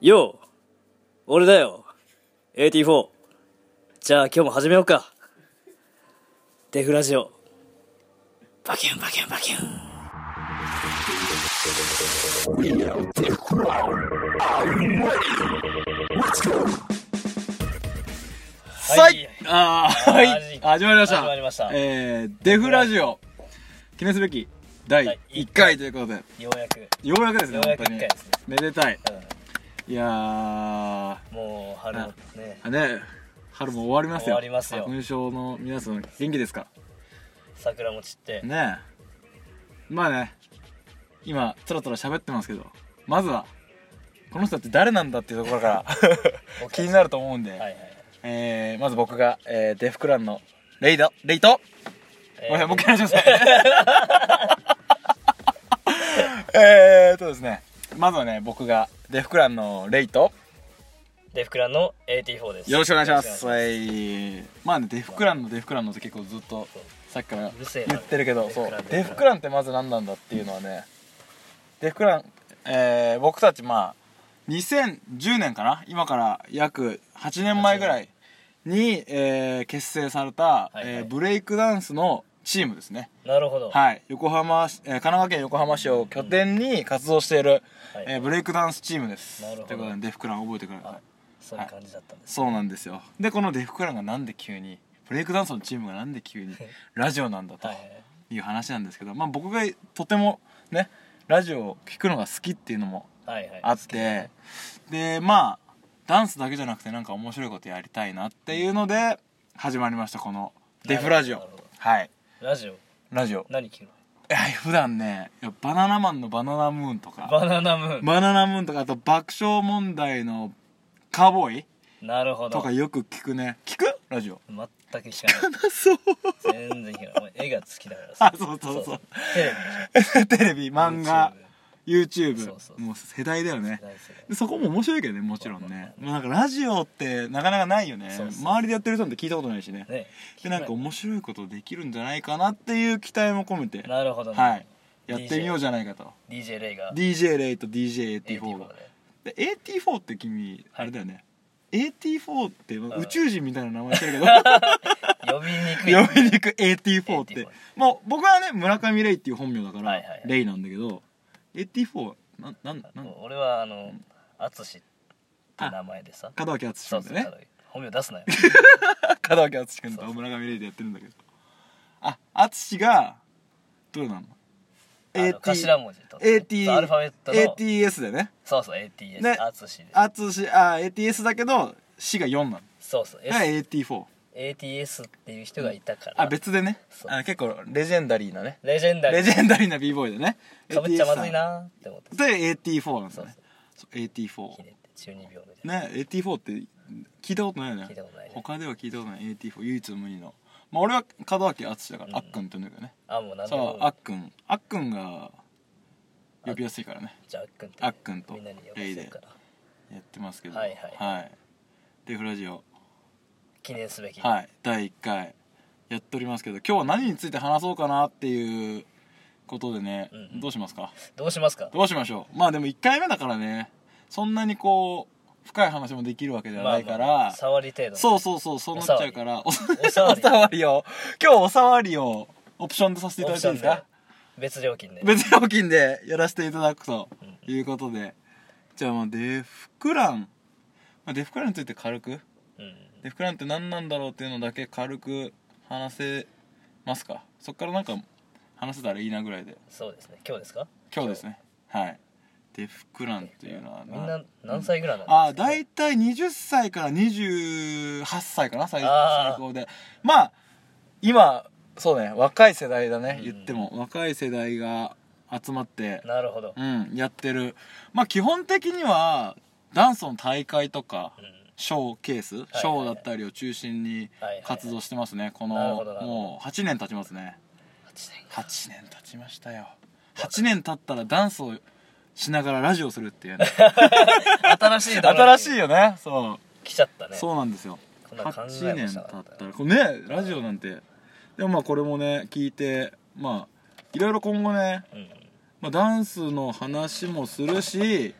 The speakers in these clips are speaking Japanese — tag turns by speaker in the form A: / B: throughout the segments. A: よう俺だよ !AT4! じゃあ今日も始めようかデフラジオバキュンバキュンバキュン
B: はいい、あーは
A: はい
B: い、始まりました。
A: 始まりました
B: えー、デフラジオ、記念すべき第1回ということで、よ
A: ようやく、
B: うやくですね、
A: よう
B: 本
A: やく一
B: 当
A: 回
B: に
A: ですね。
B: めでたい。
A: う
B: いやー、あ
A: ん、もう春のね
B: ね、春も終わりますよ。
A: 終わりますよ
B: 花粉症の皆さん、元気ですか
A: 桜も散って、
B: ねえ。まあね、今、つらつら喋ってますけど、まずは、この人って誰なんだっていうとこ ろから 気になると思うんで、
A: はいはい
B: えー、まず僕が、えー、デフクランのレイド、レイト
A: えー
B: ごめんなさいもう一 回お願いします。えーっとですね、まずはね、僕がデフクランのレイと、
A: デフクランの AT4 です
B: よろしくお願いします。
A: よろしくお願いし
B: はい。まあね、デフクランのデフクランのって結構ずっと
A: そう
B: さっきから
A: うるせえな
B: 言ってるけど、そう
A: デフクラン、
B: デフクランってまず何なんだっていうのはね、デフクラン、えー僕たちまあ、2010年かな今から約8年前ぐらいに、えー結成された、
A: いはい
B: えーブレイクダンスのチームですね。
A: ますなるほど
B: はい、横浜市、えー神奈川県横浜市を拠点に活動している、
A: はい
B: えーブレイクダンスチームです。
A: なるほど
B: ということでデフクラン覚えてくださ
A: あ
B: い。
A: そういう感じだったんです
B: そうなんですよ。でこのデフクランがなんで急にブレイクダンスのチームがなんで急にラジオなんだと
A: はいはい
B: いう話なんですけど、まあ僕がとてもねラジオを聞くのが好きっていうのも
A: はいはい
B: あって、でまあダンスだけじゃなくてなんか面白いことやりたいなっていうので始まりましたこのデフラジ
A: な
B: オ
A: るほど。
B: はい、
A: ラジオ
B: ラジオ。
A: 何聞くの
B: いや普段ねいやバナナマンのバナナムーンとか
A: バナナムーン、
B: バナナムーンとかあと爆笑問題のカーボーイ
A: なるほど
B: とかよく聞くね聞くラジオ
A: 全く聞かない
B: そう
A: 全然聞かないお前絵が好きだから
B: あそうそうそう
A: テレビ
B: テレビ漫画 YouTube,
A: そうそうそう
B: もう世代だよ
A: 大好
B: ね
A: きだよ
B: でそこも面白いけどねもちろんね、まあ、なんかラジオってなかなかないよね
A: そうそう
B: 周りでやってる人なんて聞いたことないしね
A: ね
B: でなんか面白いことできるんじゃないかなっていう期待も込めて
A: なるほどね
B: はいやってみようじゃないかと
A: DJ レイが
B: DJ レイと DJ84
A: 84
B: が
A: だね
B: で AT4 って君あれだよね、AT4 ってまあ
A: うん
B: 宇宙人みたいな名前してるけ ど
A: 呼び にくい
B: 読みにくい AT4 って
A: 84
B: もう僕はね村上レイっていう本名だから、
A: はいはいはい
B: レイなんだけど AT4 なんなんなん門
A: 俺はあの淳って名前でさ
B: 脇敦
A: そう
B: 君
A: そ
B: だ
A: う
B: ね
A: 本名出 すなよ
B: 門脇敦君
A: そうそ
B: と村上レイでやってるんだけどあ敦がどうなの
A: あの頭文字と
B: AT
A: アルファベットの
B: ATS でね
A: そうそう ATS
B: ね
A: 淳で
B: 敦あ ATS だけど死が4なのだ
A: そうそう
B: から
A: S
B: AT4
A: ATS っていう人がいたから
B: あ別でね
A: そう
B: あの結構レジェンダリーなね
A: レジェンダリ
B: レジ
A: ー
B: ェンダリーな b ボーイでね
A: かぶっちゃまずいなーって思って
B: で AT4 なんですね
A: そ
B: そう AT4
A: ひねって中二病みたいな
B: ね AT4 って聞いたことないよね
A: 聞いたことないね
B: 他では聞いたことない AT4 唯一無二のまあ俺は門脇淳だから、
A: うん
B: あっくんって言うんだけどね
A: あもう何で
B: そう
A: も
B: あっくんあっくんが呼びやすいからね
A: じゃああっくん
B: あっくんと
A: みんなに呼ばせるから
B: やってますけど
A: はいはい
B: デフラジオ
A: 記念すべき
B: はい第1回やっておりますけど今日は何について話そうかなっていうことでね、
A: うんうん
B: どうしますか
A: どうしますか
B: どうしましょうまあでも1回目だからねそんなにこう深い話もできるわけではないから、
A: まあまあ触り程度
B: そうそうそうそうなっちゃうからお
A: さわり
B: おさわりを今日おさわりをオプションでさせていただいていいで
A: オプ
B: す
A: ション
B: か
A: で別料金で
B: 別料金でやらせていただくということで、じゃあまあデフクラン、まあ、デフクランについて軽く
A: うん
B: デフクランって何なんだろうっていうのだけ軽く話せますかそっからなんか話せたらいいなぐらいで
A: そうですね今日ですか
B: 今日ですねはいデフクランっていうのは
A: みんな何歳ぐらいなの
B: あ大体20歳から28歳かな最
A: あー
B: 最高でまあ今そうね若い世代だね
A: うん
B: 言っても若い世代が集まって
A: なるほど
B: うんやってるまあ基本的にはダンスの大会とか
A: うん
B: ショーケースシ
A: はい
B: ョーだったりを中心に
A: はいはい
B: 活動してますねこの
A: なるほどなるほど
B: もう8年経ちますね
A: 8年
B: 8年経ちましたよ8年経ったらダンスをしながらラジオするってい うね
A: 新しいところに
B: 新しいよねそう
A: 来ちゃったね
B: そうなんですよ
A: こんな考え
B: 8
A: も
B: 年
A: し
B: 経
A: な
B: っ
A: かった
B: たらこれねラジオなんてでもまあこれもね聞いてまあいろいろ今後ね、
A: うん
B: まあ、ダンスの話もするし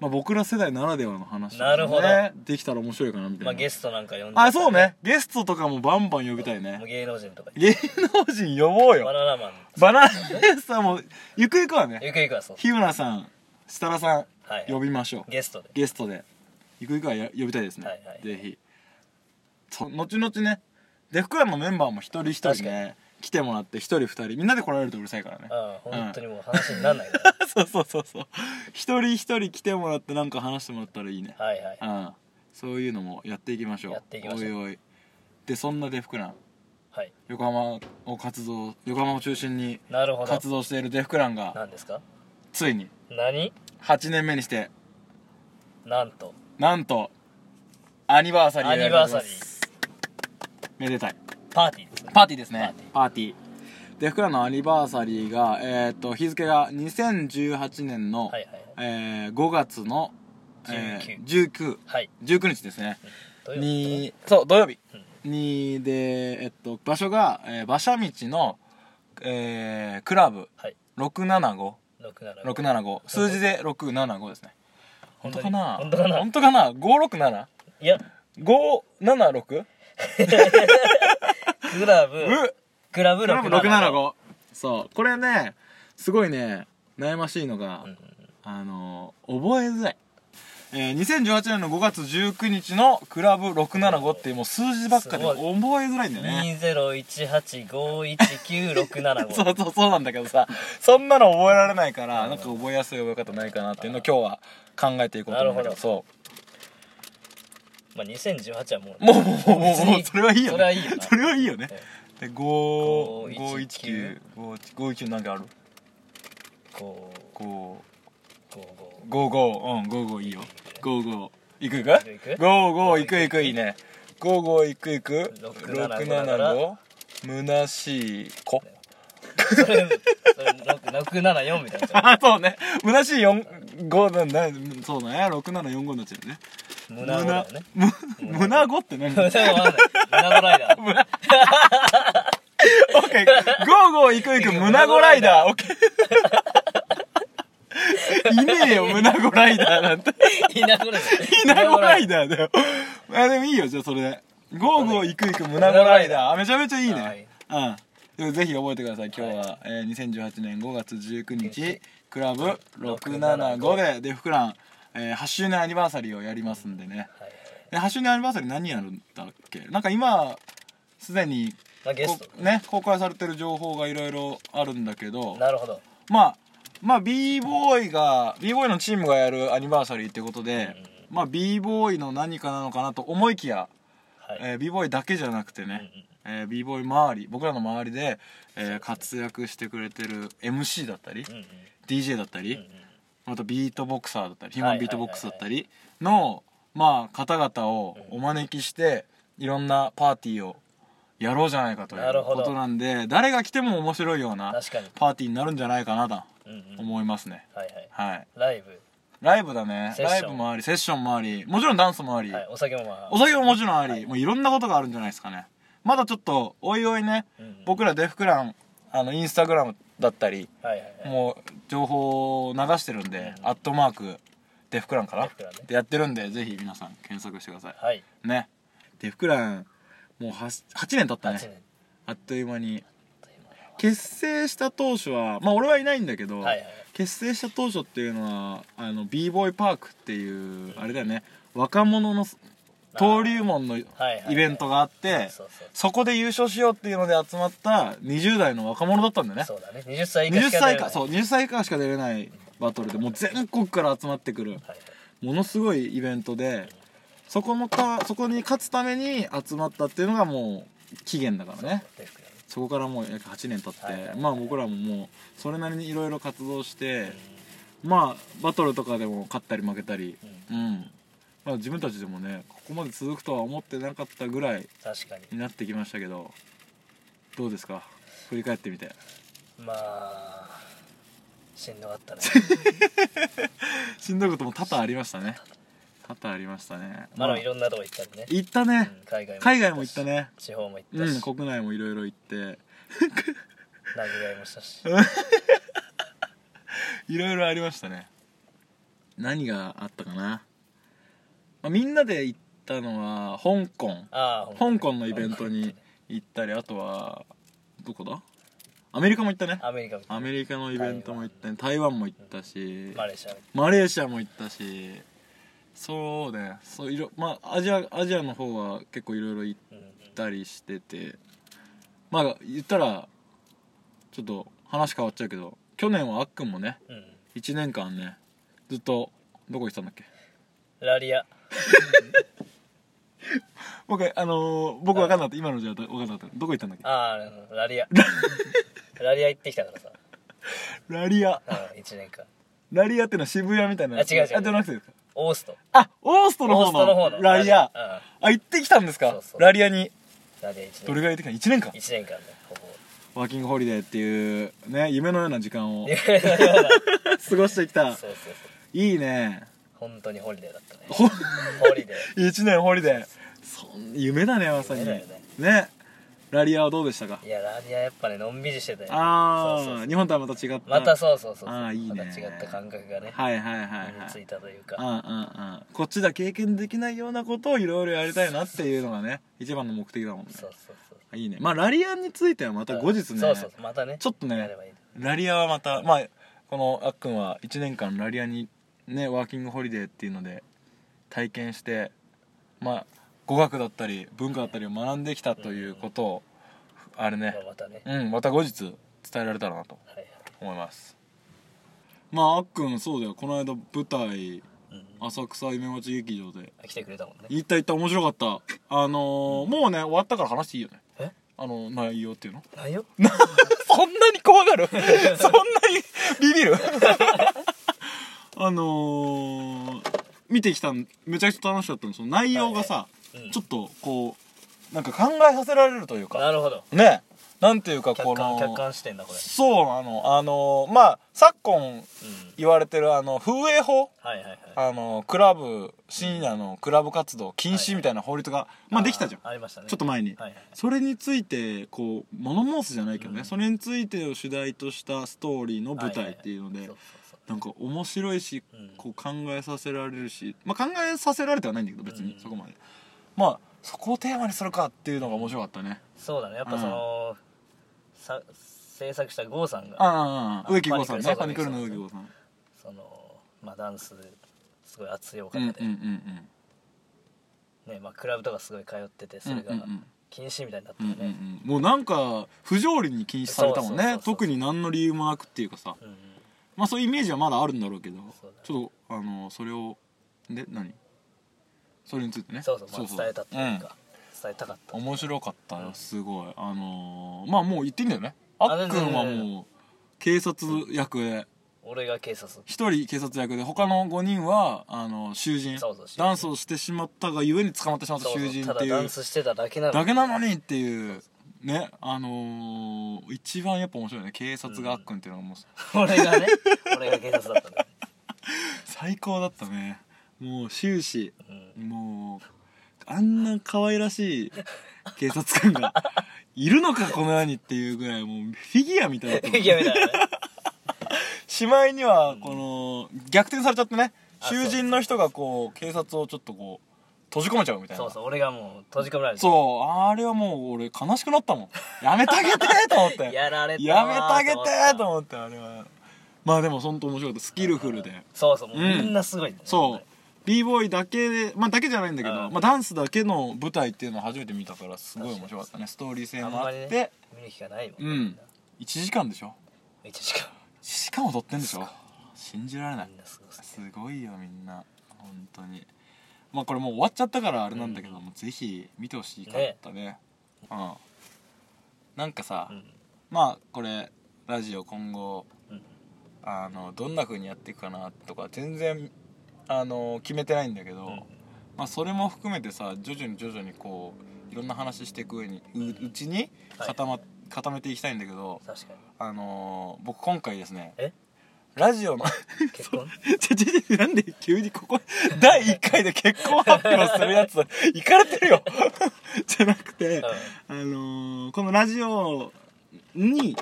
B: まあ、僕ら世代ならではの話、ね、
A: なるほど
B: できたら面白いかなみたいな、
A: まあゲストなんか呼んで
B: あそうねゲストとかもバンバン呼びたい
A: もう
B: ね
A: 芸能人とか
B: 芸能人呼ぼう
A: バ
B: よ
A: ナナマン
B: バナナさんもゆくゆくはね
A: ゆくゆくはそう
B: 日村さん設楽さん、
A: はい
B: 呼びましょう
A: ゲストで
B: ゲストでゆくゆくはや呼びたいですね、
A: はいはい
B: ぜひそ後々ねデフクラのメンバーも一人一人ね来てもらって一人二人みんなで来られるとうるさいからね
A: うん本当にもう話にならないから
B: そうそうそうそう一人一人来てもらってなんか話してもらったらいいね、
A: はいはい
B: うんそういうのもやっていきましょう
A: やっていきましょう
B: おいおいでそんなデフクラン
A: はい
B: 横浜を活動横浜を中心に
A: なるほど
B: 活動しているデフクランが
A: 何ですか
B: ついに
A: 何
B: 8年目にして
A: なんと
B: なんとアニバーサリー
A: ア
B: をや
A: ニ
B: りま
A: バー
B: す
A: サリー
B: めでたい
A: パーティーですね
B: パーティーです
A: パー
B: ね
A: ティー
B: パーティーで福らのアニバーサリーが、えー、と日付が2018年の、
A: はいはいはい
B: えー5月の、えー、1919
A: はい
B: 日ですね
A: どういうこ
B: にそう土曜日にで、えっと、場所が、えー馬車道の、えークラブ
A: とはい
B: 675675
A: 676
B: 675数字で675ですね
A: 本
B: 本当
A: 当
B: か
A: に
B: な
A: 本当かな
B: 本当かな 567?
A: いや
B: 576?
A: グラブ
B: うっ
A: グラブ
B: クラブ
A: 675
B: 675そうこれねすごいね悩ましいのが、
A: うんうん
B: あの覚えづらい、えー2018年の5月19日のクラブ675っていうもう数字ばっかです
A: ごい
B: 覚えづらいんだよねそ
A: 2018519675
B: う そうそうなんだけどさそんなの覚えられないからなんか覚えやすい覚え方ないかなっていうのを今日は考えていこうと思うんだけど
A: なる
B: そ
A: まあ2018はもう
B: うもうもうもう
A: 別
B: もう
A: に
B: それはいいよね
A: それはいいよな
B: それはいいよね
A: うん
B: で
A: 519
B: 519519519なんかある
A: こう
B: 5
A: こうこう
B: ゴーゴーうんゴーゴーいいよゴーゴーいくいく
A: いくいく
B: ゴーゴーいくいくいいねゴーゴーいくいく
A: 675
B: むなしいこ
A: それそれ674みたいな
B: あそうねむなしい45なんだねそうだね6745になっちゃうね
A: 胸ぐらいね
B: むなむむなごって何
A: それわかん ない胸ぐらいだ
B: オッケーゴーゴーいくいく胸ごライダーオッケ ーいねえよ胸ごライダーなんて
A: いなぐらい
B: イナゴライダーだよ。あ、でもいいよ、じゃあそれで。ゴーゴー行く行く胸ナゴライダー。あ、めちゃめちゃいいね。うん。でもぜひ覚えてください。今日は、えー、2018年5月19日、クラブ675で、デフクラン、えー、8周年アニバーサリーをやりますんでね。
A: はい
B: で8周年アニバーサリー何やるんだっけなんか今、すでに、
A: まあゲスト
B: こね、公開されてる情報がいろいろあるんだけど、
A: なるほど
B: まあまあ b ボーイが b ボーイのチームがやるアニバーサリーってことで、まあ b ボーイの何かなのかなと思いきや、
A: はい
B: えー、b ボーイだけじゃなくてね、えー、b ボーイ周り僕らの周りで、えー活躍してくれてる MC だったり、
A: うんうん
B: DJ だったり、
A: うん
B: あとビートボクサーだったりヒュー
A: はい
B: マンビートボックスだったりの、まあ、方々をお招きして、いろんなパーティーをやろうじゃないかとい
A: なる
B: う
A: ほ
B: こ
A: ど
B: となんで誰が来ても面白いような
A: 確かに
B: パーティーになるんじゃないかなと
A: うんうん
B: 思いますね、
A: はいはい
B: はい
A: ライブ
B: ライブだね
A: セッショ
B: ラ
A: ン
B: イブもありセッションもありもちろんダンスもあり、
A: はいお酒もまあ
B: お酒ももちろんあり、い、もういろんなことがあるんじゃないですかねまだちょっとおいおいね、
A: うんうん
B: 僕らデフクランあのインスタグラムだったり
A: はいはいはい
B: もう情報を流してるんで、
A: うん
B: アットマークデフクランかな
A: デフクランね
B: でやってるんでぜひ皆さん検索してください
A: はい
B: ねデフクランもう 8, 8年経った
A: 8年
B: ねあっという間に
A: という間
B: 結成した当初はまあ俺はいないんだけ
A: は
B: ど、
A: いはいはい
B: 結成した当初っていうのはあの b ボーイパークっていうあれだよね若者の登竜門のイ
A: はいはい
B: ベントがあって
A: そうそう
B: そこで優勝しようっていうので集まった20代の若者だったんだよね
A: そうだね20歳以下
B: 20
A: しか出れ
B: 歳以
A: な
B: 下
A: い
B: そう20歳以下しか出れないバトルでもう全国から集まってくる
A: はいはい
B: ものすごいイベントでそこのかそこに勝つために集まったっていうのがもう期限だからね
A: デフクラね
B: そこからもう約8年経って、
A: はいはい
B: まあ僕らももうそれなりにいろいろ活動して、まあバトルとかでも勝ったり負けたりうん、まあ自分たちでもねここまで続くとは思ってなかったぐらい
A: 確かに
B: になってきましたけどどうですか振り返ってみて
A: まあしんどか ったね
B: しんどいことも多々ありましたね多々ありましたね
A: ま
B: ま
A: だ
B: あ
A: いろんなとこ行ったりね
B: 行ったね、
A: うん海外
B: 海外も行った
A: し
B: ね
A: 地方も行った
B: うん
A: し
B: 国内もいろいろ行って
A: 投げ合いもしたし
B: いろいろありましたね何があったかな、まあ、みんなで行ったのは香港
A: ああ
B: 香港のイベントに行ったりあとはどこだアメリカも行ったね
A: アメリカ
B: アメリカのイベントも行ったね台湾も行ったし
A: マレーシア
B: マレーシアも行ったしそうねそういろまあアジアアジアの方は結構いろいろ行
A: うん
B: ったりしててまあ言ったらちょっと話変わっちゃうけど去年はあっくんもね
A: うん
B: 1年間ねずっとどこ行ってたんだっけ
A: ラリア
B: 僕あのー僕分かんなかった今のじゃ分かんなかったどこ行ったんだっけ
A: ああラリ アラリア行ってきたからさ
B: ラリア
A: うん1年間
B: ラリアってのは渋谷みたいな
A: あ違う違う
B: あじゃなくてですか
A: オースト
B: あオーストの
A: オー
B: 方
A: ストの方
B: の
A: の
B: ラリ
A: う
B: ア
A: ん
B: あ行ってきたんですか
A: そうそう
B: ラリアに
A: ラリア1
B: どれ
A: 年
B: ぐらい行ってきたの1年間
A: 一年間ねほぼ
B: ワーキングホリデーっていうね夢のような時間を 過ごしてきた
A: そうそうそう
B: いいね
A: 本当にホリデーだったね
B: ほ
A: ホリデー
B: 1年ホリデーそん夢だねまさに
A: 夢だよ
B: ね
A: ね
B: ラリアはどうでしたか
A: いやラリアやっぱねのんびりしてたよそうそう
B: あ
A: そ
B: あ
A: う
B: 日本とはまた違った
A: またそうそうそうそう
B: あーいいね
A: また違った感覚がね
B: はいはいはいは
A: 身につ
B: い
A: いたという
B: うん
A: か
B: うんうんこっちでは経験できないようなことをいろいろやりたいなっていうのがね一番の目的だもんね
A: そうそうそう
B: いいねまあラリアについてはまた後日ね
A: そうそうまたね
B: ちょっとね
A: やればいい
B: ラリアはまたまあこのあっくんは1年間ラリアにねワーキングホリデーっていうので体験してまあ語学だったり文化だったりを学んできたということを、あれね
A: まあまたね
B: うんまた後日伝えられたらなと
A: はいはい
B: 思いますまああっくんそうだよこの間舞台
A: うん
B: 浅草夢町劇場で
A: 来てくれたもんね
B: 行った行った面白かったあのーもうね終わったから話していいよね
A: え
B: あの内容っていうの
A: ないよ
B: そんなに怖 がるそんなにビビる あのー、見てきたんめちゃくちゃ楽しかったんですよ内容がさ、
A: はいうん
B: ちょっとこうなんか考えさせられるというか
A: なるほど
B: ねなんていうか
A: 客
B: こ
A: 観
B: の
A: 客観視点だこれ
B: そうなのあのーまあ昨今
A: うん
B: 言われてるあの風営法
A: はいはいはい
B: あのクラブ深夜のクラブ活動禁止みたいな法律が、まあできたじゃん
A: あありましたね
B: ちょっと前に、
A: はいはい
B: それについてこう物申すじゃないけどね、
A: うん
B: それについてを主題としたストーリーの舞台っていうので、
A: はいはいはいそうそう
B: なんか面白いし、
A: うん
B: こう考えさせられるし、まあ、考えさせられてはないんだけど別に、
A: うん
B: そこまでまあそこをテーマにするかっていうのが面白かったね
A: そうそうだねやっぱそのさ制作した郷さんが
B: ああ植木剛さんねパ
A: パ
B: ニ
A: ニ
B: ク
A: クル
B: ルの
A: の
B: 植
A: 植
B: 木
A: 木
B: 剛
A: 剛
B: さん
A: そのまあダンスすごい熱いお
B: うんうん
A: 方
B: うんう
A: で
B: ん
A: ねまあクラブとかすごい通っててそれが
B: うんうんうん
A: 禁止みたいになった
B: うん
A: よ
B: うんう
A: ね
B: んもうなんか不条理に禁止されたもん
A: そうそう
B: ね
A: そうそう
B: 特に何の理由もなくっていうかさ
A: うんうん
B: まあそういうイメージはまだあるんだろうけど
A: そうだね
B: ちょっとあのそれをで何それについてね
A: そうそうまあ伝えたというか伝えたかった
B: うん面白かったよすごいあのーまあもう言っていいんだよねあっくんは
A: 全然全
B: もう警察役で
A: 俺が警察
B: 一人警察役で他の5人はあの囚人
A: そうそう囚人
B: ダンスをしてしまったがゆえに捕まってしまった
A: そうそ
B: 囚
A: う
B: 人
A: た
B: って
A: だ
B: い
A: ダ
B: う
A: ンスしてただけなの
B: だけなのにっていうねあのー一番やっぱ面白いね警察があっくんっていうのがもう
A: 俺がね俺が警察だったんだ
B: 最高だったねもう終始
A: うん
B: もうあんな可愛らしい警察官がいるのかこの世にっていうぐらいもうフィギュアみたいだったもん
A: いやみたいなね
B: しまいにはこの逆転されちゃってね
A: あ
B: 囚人の人がこう警察をちょっとこう閉じ込めちゃうみたいな
A: そうそう俺がもう閉じ込められて
B: そうあれはもう俺悲しくなったもんやめてあげてと思って
A: やられた
B: やめて
A: な
B: あ
A: ー
B: げ
A: と
B: て
A: 思った
B: と思ってあれはまあでも本当面白かったスキルフルで
A: そうそうもう
B: うん
A: みんなすごいんだよね
B: そう b ボーイだけでまあだけじゃないんだけど
A: うん
B: まあ、ダンスだけの舞台っていうのを初めて見たからすごい面白かったねストーリー性
A: あん
B: もあ
A: ま
B: っ
A: り
B: て、
A: ね見る機会ないもん
B: う
A: ねみ
B: ん
A: な
B: 1時間でしょ
A: 1時間
B: 1時間踊ってんでしょ信じられない
A: みんなすごいっす
B: すごいよみんな本当にまあこれもう終わっちゃったからあれなんだけど、
A: うん
B: もうぜひ見てほしかったねうんなんかさ、
A: うん
B: まあこれラジオ今後
A: うん
B: あのどんな風にやっていくかなとか全然あの決めてないんだけど、
A: うん
B: まあ、それも含めてさ徐々に徐々にこういろんな話していく上にううちに
A: はい
B: 固,、ま固めていきたいんだけど、
A: 確かに
B: あのー僕今回ですね
A: え
B: ラジオの
A: 結 婚
B: ちょちょちょなんで急にここ第1回で結婚発表するやついかれてるよじゃなくて、あのーこのラジオに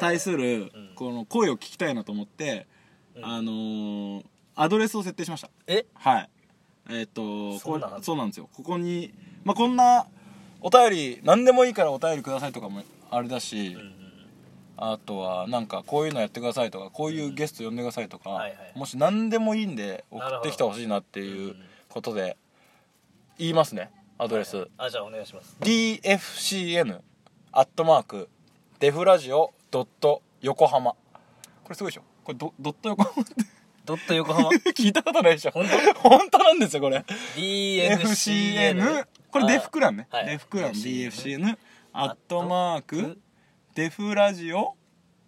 B: 対する
A: うん
B: この声を聞きたいなと思って、
A: うん
B: あのーアドレスを設定しました
A: え
B: はいえっと
A: そうな
B: こ
A: の
B: れそうなんですよここに、まあ、こんなお便り何でもいいからお便りくださいとかもあれだし、あとはなんかこういうのやってくださいとかこういうゲスト呼んでくださいとか、
A: はいはい
B: もし何でもいいんで送
A: なるほ
B: っ
A: ど
B: てきてほしいなっていうんことで言いますねアドレス、
A: あじゃあお願いします
B: dfcn アットマークデフラジオドット横浜これすごいでしょこれドドット横浜って
A: ドット横浜
B: 聞いたことないでしょ
A: 本
B: 本当なんですよこれ
A: DFCN
B: FCN これデフクランね、
A: はい
B: デフクラン
A: DFCN
B: DFCN アットマーク
A: ん
B: デフラジオ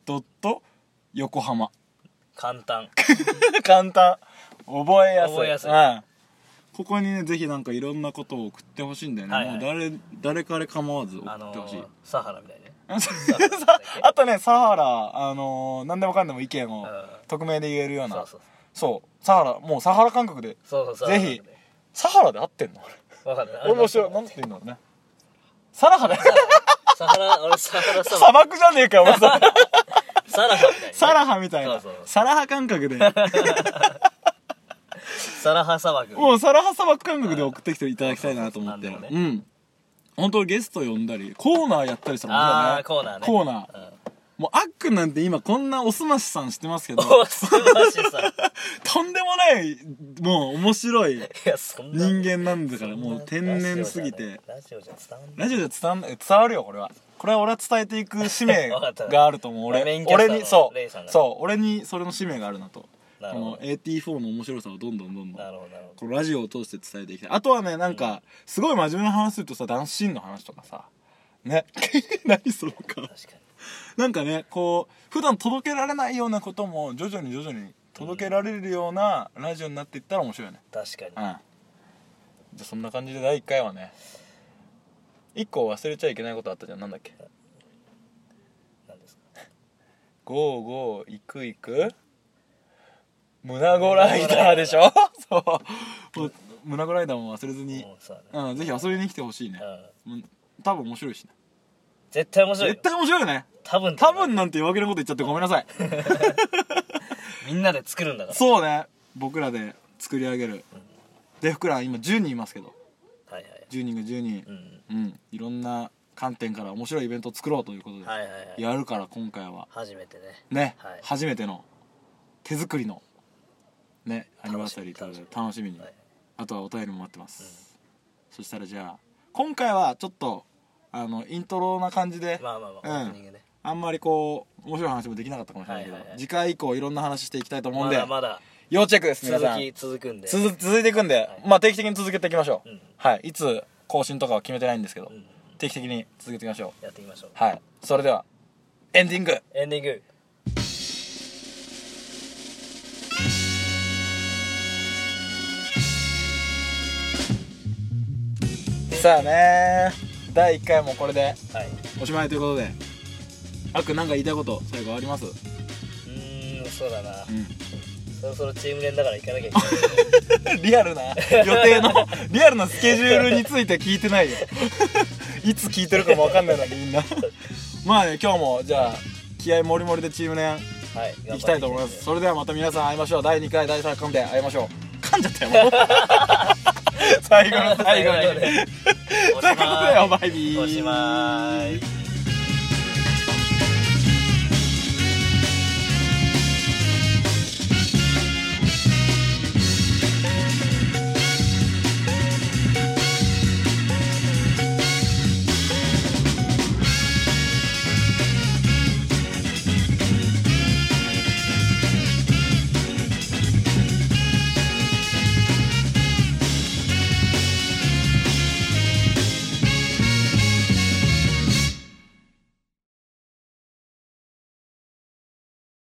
B: ドット横浜
A: 簡単
B: 簡単覚えやすい
A: 覚えやすい
B: うんここにねぜひなんかいろんなことを送ってほしいんだよね、
A: はいはい
B: もう誰誰から構わず送
A: あ
B: っ
A: の
B: てほしい、
A: ー、サハラみたいね
B: あ
A: ハラ
B: あとねサハラあのー、何でもかんでも意見を
A: うん
B: 匿名で言えるような
A: そうそう
B: そうサハラもうサハラ感覚で
A: そうそうそう
B: ぜひサハラで合ってんの
A: 分かんない
B: 俺面白いなんて言うんだろうねサラハだ
A: サハラ俺サハラサ
B: 砂
A: ハ
B: 漠じゃねえかよお前さ
A: サラハみたいなね
B: サラハみたいな
A: そうそう
B: サラハ感 覚で
A: サラハ砂漠
B: もうサラハ砂漠感覚で送ってきていただきたいなと思って
A: そうそうそう
B: う
A: なん
B: 本当ゲスト呼んだりコーナーやったりした
A: あ
B: ら面
A: あコーナーね
B: 白いねコーナー
A: ー、うん、
B: もうあっくんなんて今こんなおすましさんしてますけど
A: おすましさ
B: とんでもないもう面白い
A: いやそんな
B: 人間なんだから
A: そんな
B: もう天然すぎて
A: ラジオじゃ伝わんない
B: ラジオで伝わん伝わるよこれはこれは俺は伝えていく使 命
A: わかった
B: があると思う
A: メイ
B: 俺
A: ンキャスターの
B: 俺にそ
A: レイさん
B: う
A: が
B: そう俺にそれの使命があるなと
A: な
B: こ
A: るほ
B: の
A: ど
B: AT4 の面白さをどんどんどんどん
A: なるほどなるほ
B: このラジオを通して伝えていきたいあとはねなんかすごい真面目な話するとさダンスシーンの話とかさ ね何そのか
A: ど確か
B: なんかねこう普段届けられないようなことも徐々に徐々に届けられるようなラジオになっていったら面白いよね
A: に確
B: う
A: か
B: んじゃあそんな感じで第1回はね1個忘れちゃいけないことあったじゃんなんだっけ
A: になんですか
B: ゴーゴー行く行く胸ゴライダーでしょそうもう胸ゴライダーも忘れずに
A: もうさ、ね
B: うんぜひ遊びに来てほしいね
A: うん、
B: うん多分面白いしね
A: 絶対面白いよ
B: 絶対面白いよね
A: 多分
B: 多分なんてわけのこと言っちゃってごめんなさい
A: みんなで作るんだか
B: そうね僕らで作り上げるでふくらん今10人いますけど
A: らはいはい
B: 10人が10人
A: うん
B: うんいろんな観点から面白いイベントを作ろうということで
A: はいはいはい
B: やるから今回は
A: 初めてね
B: ね、
A: はい
B: 初めての手作りのねアニバーサリーという
A: 楽
B: こ
A: し
B: と
A: み
B: で楽しみに、
A: はい
B: あとはお便りも待ってます、そしたらじゃあ今回はちょっとあのイントロな感じで、
A: まあまあま
B: う
A: あオ
B: ん
A: ープニングね
B: あんまりこう面白い話もできなかったかもしれないけど、
A: はいはいはい
B: 次回以降いろんな話していきたいと思うん
A: ま
B: で、
A: だまだ
B: 要チェックです皆
A: 続
B: さん
A: き続くんで
B: 続続いていくんで、まあ定期的に続けていきましょう、
A: うん
B: はいいつ更新とかは決めてないんですけど、
A: うん
B: 定期的に続けていきましょう
A: やっていきましょう
B: はいそれではエンディング
A: エンディング
B: さあね第1回もこれで
A: はいう
B: おしまいということであっくんなんか言いたいこと最後ありますう
A: ーんそうだなんそろそろチーム連だから行かなきゃいけない
B: リアルな予定 のリアルなスケジュールについて聞いて ないよいつ聞いてるかもわかんないなみんなまあね今日もじゃあ気合もりもりでチーム連
A: はい
B: 行きたいと思い ますそれではまた皆さん会いましょう第2回第3回で会いましょう噛んじゃったよ もう最後の最後に
A: 最後に
B: ということでおバイビ
A: おし
B: ー
A: まい